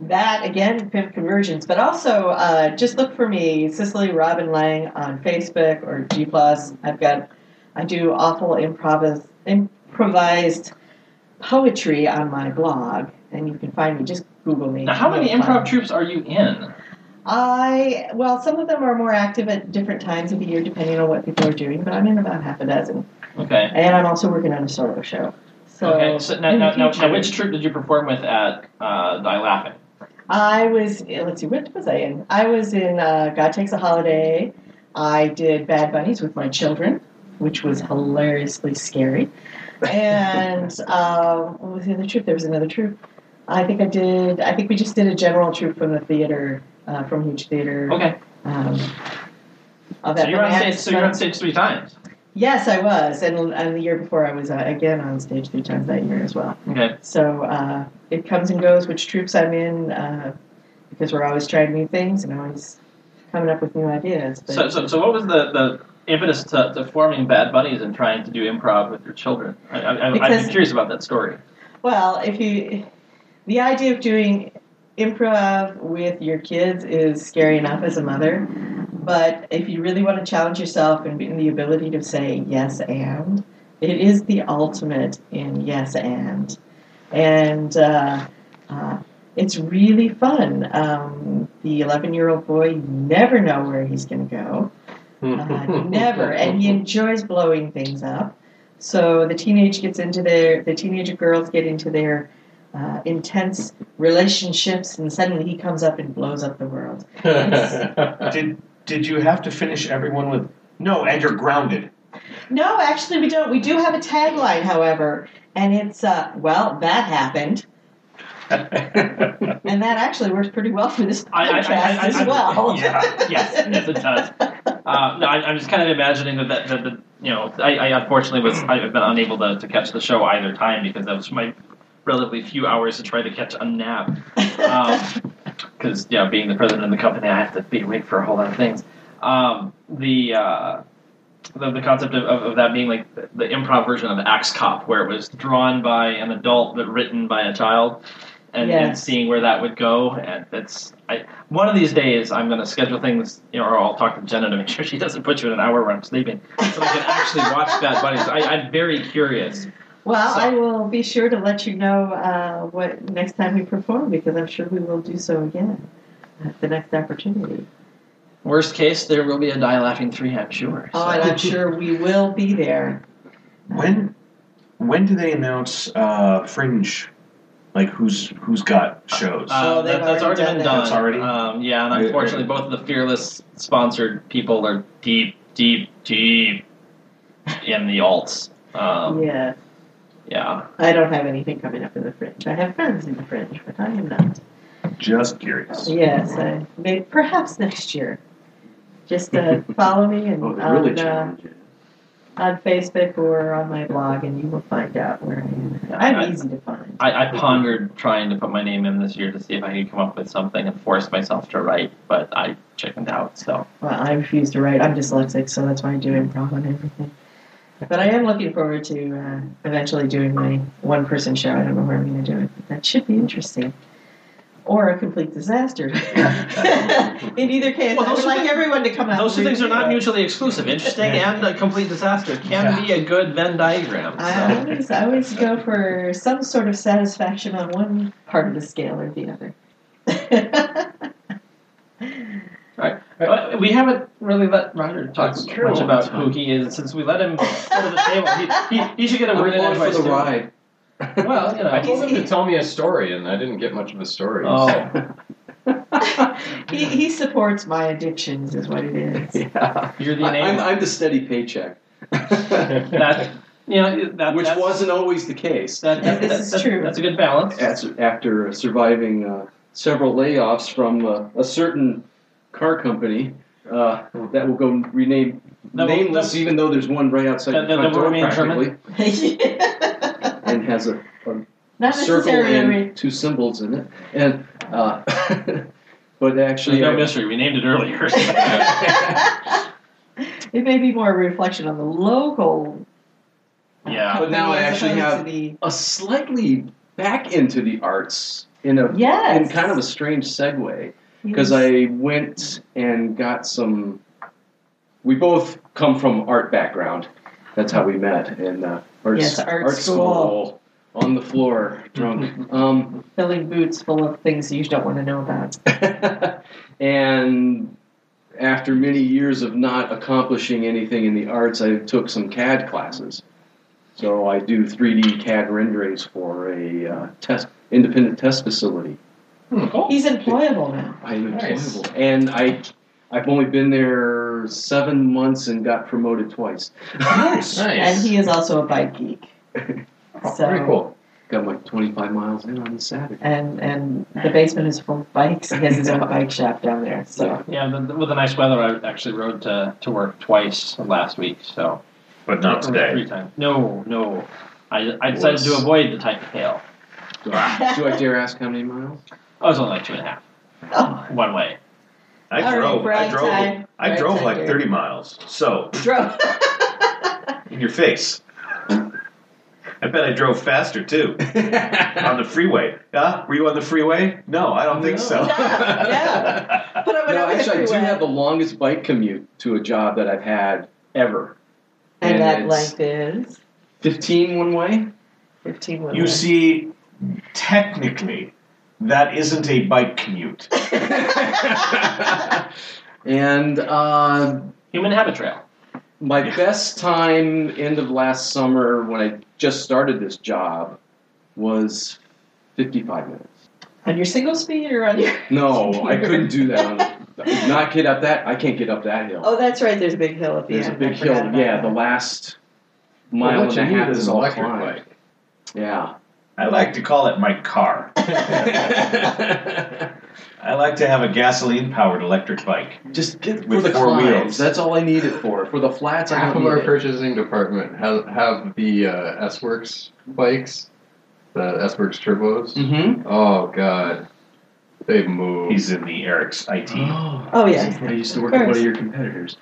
that again pimp conversions, but also uh, just look for me Cicely Robin Lang on Facebook or G plus. I've got I do awful improvis improvised poetry on my blog, and you can find me. Just Google me.
Now, how many
You'll
improv
find me.
troops are you in?
I well, some of them are more active at different times of the year, depending on what people are doing. But I'm in about half a dozen,
Okay.
and I'm also working on a solo show. So,
okay. So now,
in
now, now,
future-
now, which troop did you perform with at uh, Die Laughing?
I was let's see, what was I in? I was in uh, God Takes a Holiday. I did Bad Bunnies with my children, which was hilariously scary. And um, what was the other troupe? There was another troupe. I think I did. I think we just did a general troupe from the theater, uh, from Huge Theater.
Okay.
Um, all that
Oh. So you're on
bananas
stage. So you're
stuff.
on stage three times.
Yes, I was, and, and the year before I was uh, again on stage three times that year as well.
Okay.
So uh, it comes and goes which troops I'm in uh, because we're always trying new things and always coming up with new ideas. But
So, so, so what was the, the impetus to, to forming Bad Bunnies and trying to do improv with your children? I, I, I, I'd
Because-
be curious about that story.
well, if you, the idea of doing improv with your kids is scary enough as a mother, but if you really want to challenge yourself and be in the ability to say yes and, it is the ultimate in yes and, and. Uh, uh, it's really fun. Um, the 11 year old boy, you never know where he's going to go.
Hmm.
Uh, never. And he enjoys blowing things up. So the teenage gets into their, the teenage girls get into their uh, intense relationships, and suddenly he comes up and blows up the world.
Did did you have to finish everyone with no? And you're grounded.
No, actually, we don't. We do have a tagline, however, and it's, uh, well, that happened. And that actually works pretty well for this podcast
I- I- I- I-
as
I-
well.
yeah,
yes, yes, it does. Uh, no, I, I'm just kind of imagining that, that, that, that you know, I, I unfortunately was, I've been unable to, to catch the show either time because that was my relatively few hours to try to catch a nap. Um, because you know, being the president of the company, I have to be awake for a whole lot of things. Um, the, uh, the the concept of, of, of that being like the, the improv version of Axe Cop, where it was drawn by an adult but written by a child, and, and
Yes.
seeing where that would go. And it's I, one of these days I'm going to schedule things, you know, or I'll talk to Jenna to make sure she doesn't put you in an hour where I'm sleeping, so I can actually watch Bad Bunny. So I, I'm very curious.
Well,
So-
I will be sure to let you know uh, what next time we perform because I'm sure we will do so again at the next opportunity.
Worst case, there will be a die laughing three, I'm sure.
Oh, and I'm sure we will be there.
When when do they announce uh, Fringe Like who's who's got shows?
Uh, Oh,
Um,
they've
that, that's
already
already
done
been
that.
done.
That's already-
Um, yeah, and
Yeah, yeah.
unfortunately, both of the fearless sponsored people are deep, deep, deep in the alts. Um, yeah.
yeah, I don't have anything coming up in the fringe. I have friends in the fringe, but I am not.
uh,
Just curious.
Yes, I may, perhaps next year. Just uh, follow me and
Oh, the
on,
really
uh,
challenging.
on Facebook or on my blog, and you will find out where I am. I'm easy to find.
I, I pondered trying to put my name in this year to see if I could come up with something and force myself to write, but I chickened out. So
Well, I refuse to write. I'm dyslexic, so that's why I do improv on everything. But I am looking forward to uh, eventually doing my one person show. I don't know where I'm going to do it, but that should be interesting. Or a complete disaster. In either case,
Well,
I
those
would
two
like
things-
everyone to come out.
those two
and
things are not
review it.
mutually exclusive. Interesting and a complete disaster can be a good Venn diagram.
I
So.
always, I always go for some sort of satisfaction on one part of the scale or the other.
But we haven't really let Ryder talk
That's true.
much about who he is since we let him sit at the table. He, he, he should get a
I'm
word in
along for
edgewise,
the
too.
ride.
Well, you know.
I told him to tell me a story, and I didn't get much of a story.
Oh.
he, he supports my addictions, is what it is.
yeah.
You're the
I, am
enabler.
I'm the steady paycheck,
That you know that
which
that's,
wasn't always the case.
that, that,
This
that-
is
that-
true.
That's a good balance.
As, after surviving uh, several layoffs from uh, a certain car company uh, that will go rename
That will-
nameless,
that-
even though there's one right outside
That-
the
that-
front
that will
door
remain German?
practically, and has a, a
Not
circle
necessarily.
and two symbols in it, and uh, but actually,
There's no
I-
mystery. We named it earlier.
it may be more a reflection on the local.
Yeah.
But now I
as
actually
opposed
have-
to the-
a slightly back into the arts in a
Yes.
in kind of a strange segue because I went and got some. We both come from art background. That's how we met in uh, arts,
Yes, art
school. on the floor, drunk. um,
filling boots full of things you don't want to know about.
and after many years of not accomplishing anything in the arts, I took some CAD classes. So I do 3D CAD renderings for a uh, test independent test facility.
hmm,
He's employable now.
I'm
Nice.
employable. And I, I've only been there seven months and got promoted twice.
nice.
And he is also a bike geek.
Oh,
so-
Very cool.
got my 25 miles in on the Saturday.
And and the basement is full of bikes. He has his own bike shop down there. So
Yeah, the, with the nice weather, I actually rode to, to work twice last week. So
But not
Or
today.
Three times. No, no. I, I decided to
Was-
avoid the type of hail.
Do I, do I dare ask how many miles?
I was only like two and a half
Oh,
one way.
I
All right,
drove. I
brag
drove.
time.
I
Brag
drove
time,
like
dude.
thirty miles. So
drove.
in your face. I bet I drove faster too on the freeway. Huh? Were you on the freeway? No, I don't think
No.
so.
No, no. But I went
no,
over the
actually, I do
freeway.
have the longest bike commute to a job that I've had ever.
and that
it's
length is
15 one way?
fifteen. one
You
way.
see, technically, that isn't a bike commute.
and uh,
Human habit trail.
My
Yeah.
best time end of last summer when I just started this job was 55 minutes.
on your single speed or on your?
No, I couldn't do that. On, I could not get up that. I can't get up that hill.
Oh, that's right. There's a big hill at the
There's
end.
a big
I forgot
hill.
about
Yeah, the
that.
last mile
Well, what
and a
you
half
need
is
an
all
electric
climb.
bike.
Yeah.
I like to call it my car. I like to have a gasoline powered electric bike.
just get for
With
the
four
climbs.
wheels.
That's all I need it for. For the flats, I
Half of
don't need
our
it.
purchasing department have, have the uh, S Works bikes, the S Works turbos.
Mhm.
Oh god, they've moved.
He's in the Eric's IT.
Oh, yeah.
I used to work at one of your competitors.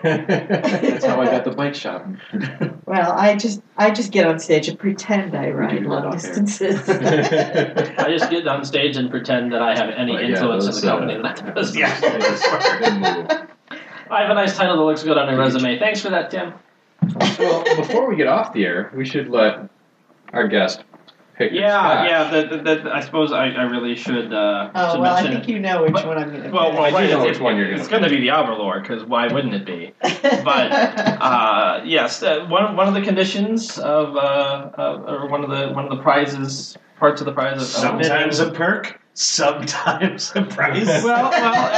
That's how I got the bike shop.
Well, I just I just get on stage and pretend I ride
do
long
that out there.
distances.
I just get on stage and pretend that I have any
But yeah,
influence in
those,
the
uh,
company that I does.
Yeah.
they moved.
I have a nice title that looks good on your resume. Thanks for that, Tim.
Well, before we get off the air, we should let our guest pick. his
Yeah,
spot.
yeah. That, that, that, I suppose I, I really should. Uh,
oh
should
well, I
mention
think you know which
But-
one I'm going to.
Well, well,
I do
right,
know
it's-
which one you're
It's
gonna
going to be the Avalor, because why wouldn't it be? but- Uh, yes, uh, one one of the conditions of, uh, of or one of the one of the prizes parts of the prize. Of, of
Sometimes
knitting.
a perk, sometimes a price.
well, well,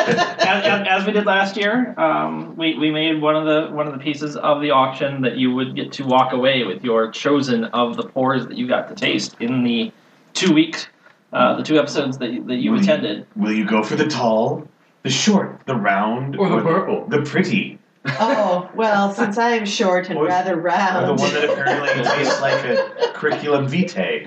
as, as, as we did last year, um, we, we made one of the one of the pieces of the auction that you would get to walk away with your chosen of the pours that you got to taste in the two weeks, uh, the two episodes that you- that you
Mhm.
attended.
Will you go for the tall, the short, the round,
Or the purple.
the pretty,
Oh, well, since I am short and
Or-
rather
or
round.
the one that apparently tastes like a curriculum vitae?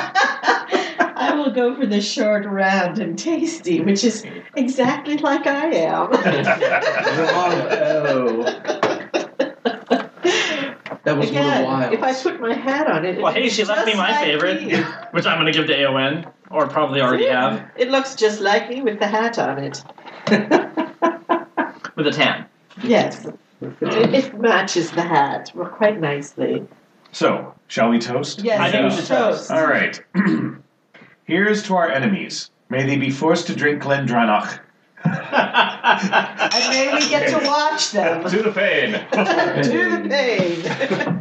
I will go for the short, round, and tasty, which is exactly like I
There's a lot of oh,
am.
that was one of
Again,
the wilds.
if I put my hat on it,
Well,
it
hey, she
looks
left me
just
my
like
favorite.
me.
which I'm going to give to AON, or probably already
See?
have,
It looks just like me with the hat on it.
with a tan.
yes, it, it matches the hat well, quite nicely.
So, shall we toast?
Yes,
I think we should toast.
All right. Here's to our enemies. May they be forced to drink Glendronach.
And may we get to watch them.
the pain.
to the pain.